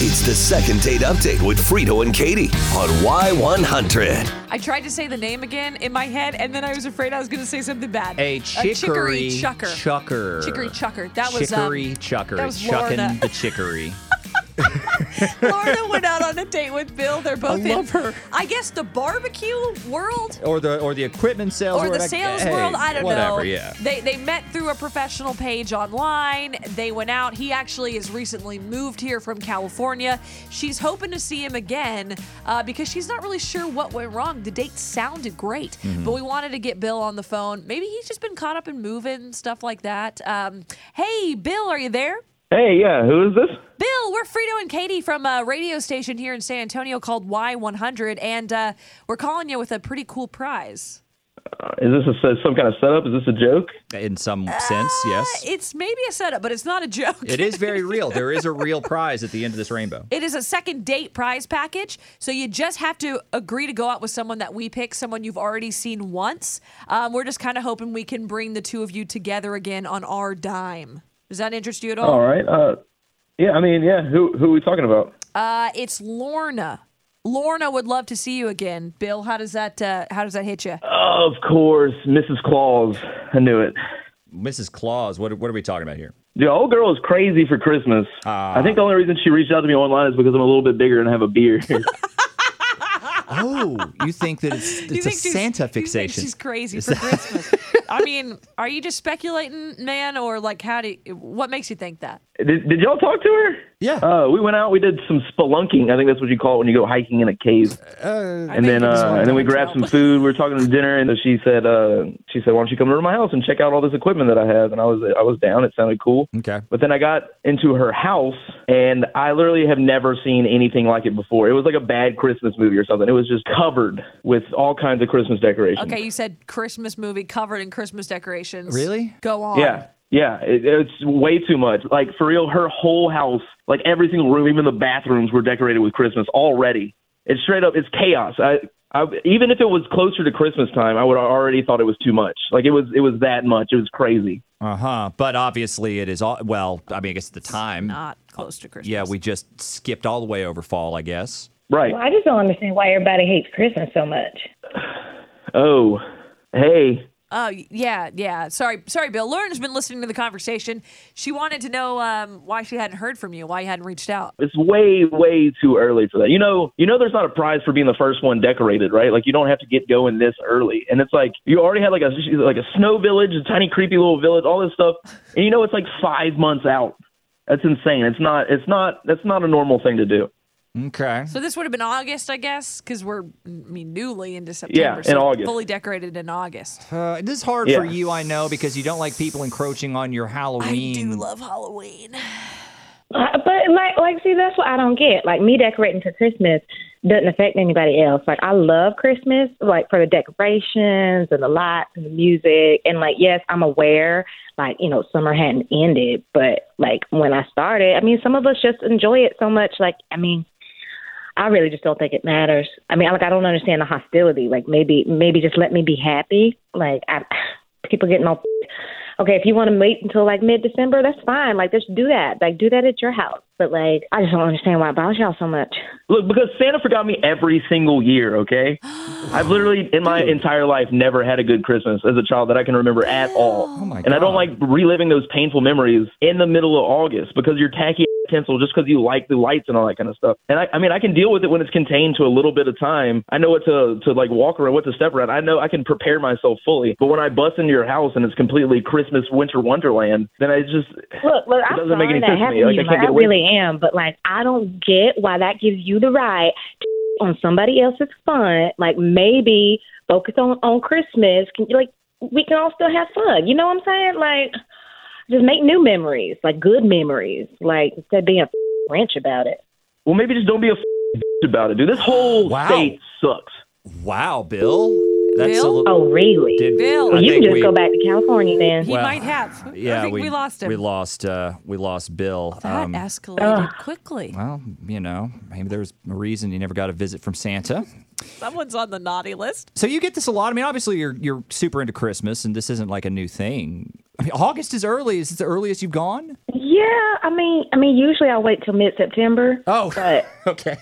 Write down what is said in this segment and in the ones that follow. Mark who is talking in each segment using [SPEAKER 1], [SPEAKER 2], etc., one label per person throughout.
[SPEAKER 1] It's the second date update with Frito and Katie on Y100.
[SPEAKER 2] I tried to say the name again in my head, and then I was afraid I was going to say something bad.
[SPEAKER 3] A
[SPEAKER 2] chickory
[SPEAKER 3] chicory,
[SPEAKER 2] chucker.
[SPEAKER 3] chucker.
[SPEAKER 2] Chickory chucker. That was, um,
[SPEAKER 3] chicory chucker.
[SPEAKER 2] that was
[SPEAKER 3] Chucking
[SPEAKER 2] Lorna.
[SPEAKER 3] the chicory.
[SPEAKER 2] Lorna went out on a date with Bill. They're both in,
[SPEAKER 3] love her.
[SPEAKER 2] I guess, the barbecue world
[SPEAKER 3] or the or the equipment sales
[SPEAKER 2] or the
[SPEAKER 3] whatever.
[SPEAKER 2] sales
[SPEAKER 3] Hey,
[SPEAKER 2] world. I don't
[SPEAKER 3] whatever,
[SPEAKER 2] know.
[SPEAKER 3] Yeah.
[SPEAKER 2] They they met through a professional page online. They went out. He actually has recently moved here from California. She's hoping to see him again uh, because she's not really sure what went wrong. The date sounded great,
[SPEAKER 3] Mm-hmm.
[SPEAKER 2] but we wanted to get Bill on the phone. Maybe he's just been caught up in moving stuff like that. Um, hey, Bill, are you there?
[SPEAKER 4] Hey, yeah, who is this?
[SPEAKER 2] Bill, we're Frito and Katie from a radio station here in San Antonio called Y100, and uh, we're calling you with a pretty cool prize.
[SPEAKER 4] Is this a, some kind of setup? Is this a joke?
[SPEAKER 3] In some
[SPEAKER 2] Uh,
[SPEAKER 3] sense, yes.
[SPEAKER 2] It's maybe a setup, but it's not a joke.
[SPEAKER 3] It is very real. There is a real prize at the end of this rainbow.
[SPEAKER 2] It is a second date prize package. So you just have to agree to go out with someone that we pick, someone you've already seen once. Um, we're just kind of hoping we can bring the two of you together again on our dime. Does that interest you at all?
[SPEAKER 4] All right. Uh, yeah, I mean, yeah. Who who are we talking about?
[SPEAKER 2] Uh, it's Lorna. Lorna would love to see you again. Bill, how does that uh, how does that hit you?
[SPEAKER 4] Of course, Mrs. Claus. I knew it.
[SPEAKER 3] Mrs. Claus, what, what are we talking about here?
[SPEAKER 4] The old girl is crazy for Christmas. I think the only reason she reached out to me online is because I'm a little bit bigger and I have a beard.
[SPEAKER 3] Oh, you think that it's,
[SPEAKER 2] You
[SPEAKER 3] it's a
[SPEAKER 2] think she's-
[SPEAKER 3] Santa
[SPEAKER 2] you think
[SPEAKER 3] fixation?
[SPEAKER 2] she's crazy for Christmas. I mean, are you just speculating, man, or like how do you, what makes you think that?
[SPEAKER 4] did, did y'all talk to her?
[SPEAKER 3] Yeah.
[SPEAKER 4] Uh, we went out. We did some spelunking. I think that's what you call it when you go hiking in a cave. and
[SPEAKER 2] think
[SPEAKER 4] then
[SPEAKER 2] it was
[SPEAKER 4] uh,
[SPEAKER 2] one
[SPEAKER 4] and then we
[SPEAKER 2] hotel.
[SPEAKER 4] grabbed some food. We were talking to dinner, and she said uh, she said, "Why don't you come over to my house and check out all this equipment that I have?" And I was I was down. It sounded cool.
[SPEAKER 3] Okay.
[SPEAKER 4] But then I got into her house, and I literally have never seen anything like it before. It was like a bad Christmas movie or something. It was just covered with all kinds of Christmas decorations.
[SPEAKER 2] Okay, you said Christmas movie covered in Christmas decorations.
[SPEAKER 3] Really?
[SPEAKER 2] Go on.
[SPEAKER 4] Yeah. Yeah, it, it's way too much. Like for real, her whole house, like every single room, even the bathrooms, were decorated with Christmas already. It's straight up, it's chaos. I, I, even if it was closer to Christmas time, I would have already thought it was too much. Like it was, it was that much. It was crazy.
[SPEAKER 3] Uh huh. But obviously, it is all. Well, I mean, I guess at the time.
[SPEAKER 2] Not close to Christmas.
[SPEAKER 3] Yeah, we just skipped all the way over fall, I guess.
[SPEAKER 4] Right.
[SPEAKER 5] I just don't understand why everybody hates Christmas so much.
[SPEAKER 4] Oh, hey.
[SPEAKER 2] Oh, y- yeah, yeah. Sorry, sorry, Bill. Lauren's been listening to the conversation. She wanted to know um, why she hadn't heard from you, why you hadn't reached out.
[SPEAKER 4] It's way, way too early for that. You know, you know, there's not a prize for being the first one decorated, right? Like you don't have to get going this early. And it's like you already had like a like a snow village, a tiny creepy little village, all this stuff, and you know it's like five months out. That's insane. It's not. It's not. That's not a normal thing to do.
[SPEAKER 3] Okay.
[SPEAKER 2] So this would have been August, I guess, because we're I mean newly into September.
[SPEAKER 4] in
[SPEAKER 2] so
[SPEAKER 4] August.
[SPEAKER 2] fully decorated in August.
[SPEAKER 3] Uh, this is hard for
[SPEAKER 4] Yeah.
[SPEAKER 3] you, I know, because you don't like people encroaching on your Halloween.
[SPEAKER 2] I do love Halloween.
[SPEAKER 5] Uh, But like, like, see, that's what I don't get. Like me decorating for Christmas doesn't affect anybody else. Like I love Christmas, like for the decorations and the lights and the music. And like, yes, I'm aware, like you know, summer hadn't ended, but like when I started, I mean, some of us just enjoy it so much. Like, I mean. I really just don't think it matters. I mean, like I don't understand the hostility. Like maybe, maybe just let me be happy. Like I, people getting all okay, if you want to wait until like mid December, that's fine. Like, just do that. Like, do that at your house. But like, I just don't understand why it bothers y'all so much.
[SPEAKER 4] Look, because Santa forgot me every single year. Okay, I've literally in my entire life never had a good Christmas as a child that I can remember at all.
[SPEAKER 3] Oh my
[SPEAKER 4] And I
[SPEAKER 3] God.
[SPEAKER 4] don't like reliving those painful memories in the middle of August because you're tacky pencil just because you like the lights and all that kind of stuff. And I, I mean, I can deal with it when it's contained to a little bit of time. I know what to to like walk around, what to step around. I know I can prepare myself fully. But when I bust into your house and it's completely Christmas winter wonderland, then I just
[SPEAKER 5] Look, look, I'm
[SPEAKER 4] doesn't
[SPEAKER 5] sorry
[SPEAKER 4] make any
[SPEAKER 5] that
[SPEAKER 4] sense to me.
[SPEAKER 5] happened
[SPEAKER 4] Like,
[SPEAKER 5] to
[SPEAKER 4] I can't
[SPEAKER 5] you. Like,
[SPEAKER 4] get
[SPEAKER 5] I
[SPEAKER 4] away-
[SPEAKER 5] really am, but like, I don't get why that gives you the right to on somebody else's fun. Like, maybe focus on on Christmas. Can you like? We can all still have fun. You know what I'm saying? Like, just make new memories, like good memories. Like instead of being a ranch about it.
[SPEAKER 4] well, maybe just don't be a f- about it, dude. This whole
[SPEAKER 3] Wow.
[SPEAKER 4] state sucks.
[SPEAKER 3] Wow, Bill. That's
[SPEAKER 2] Bill?
[SPEAKER 3] a little.
[SPEAKER 5] Oh, really?
[SPEAKER 3] Did,
[SPEAKER 2] Bill.
[SPEAKER 3] I
[SPEAKER 5] you
[SPEAKER 3] think
[SPEAKER 5] can just
[SPEAKER 3] we,
[SPEAKER 5] go back to California then.
[SPEAKER 2] He
[SPEAKER 3] Well,
[SPEAKER 2] might have.
[SPEAKER 3] Yeah,
[SPEAKER 2] I think we, lost him.
[SPEAKER 3] We lost. Uh, we lost Bill.
[SPEAKER 2] that
[SPEAKER 3] Um,
[SPEAKER 4] Ah.
[SPEAKER 2] escalated quickly.
[SPEAKER 3] well, you know, maybe there's a reason you never got a visit from Santa.
[SPEAKER 2] Someone's on the naughty list.
[SPEAKER 3] So you get this a lot. I mean, obviously you're you're super into Christmas, and this isn't like a new thing. I mean, August is early. Is this the earliest you've gone?
[SPEAKER 5] Yeah, I mean, I mean, usually I wait till mid September.
[SPEAKER 3] Oh,
[SPEAKER 5] But
[SPEAKER 3] okay.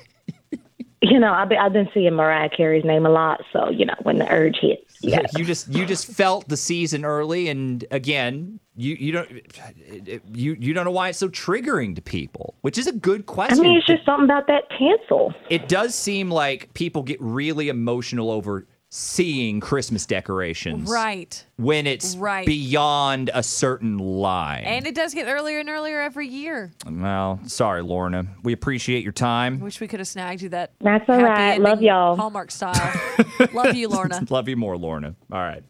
[SPEAKER 5] you know, I've been, I've been seeing Mariah Carey's name a lot, so you know, when the urge hits, yeah.
[SPEAKER 3] You just you just felt the season early, and again, you you don't it- it- you you don't know why it's so triggering to people, which is a good
[SPEAKER 5] I
[SPEAKER 3] question.
[SPEAKER 5] mean, it's just something about that pencil.
[SPEAKER 3] it does seem like people get really emotional over seeing Christmas decorations,
[SPEAKER 2] Right.
[SPEAKER 3] When it's
[SPEAKER 2] Right.
[SPEAKER 3] beyond a certain line.
[SPEAKER 2] And it does get earlier and earlier every year.
[SPEAKER 3] well, sorry, Lorna. We appreciate your time.
[SPEAKER 2] Wish we could have snagged you that.
[SPEAKER 5] That's all
[SPEAKER 2] happy
[SPEAKER 5] right. Love
[SPEAKER 2] ending,
[SPEAKER 5] y'all.
[SPEAKER 2] Hallmark style. Love you, Lorna.
[SPEAKER 3] Love you more, Lorna. All right.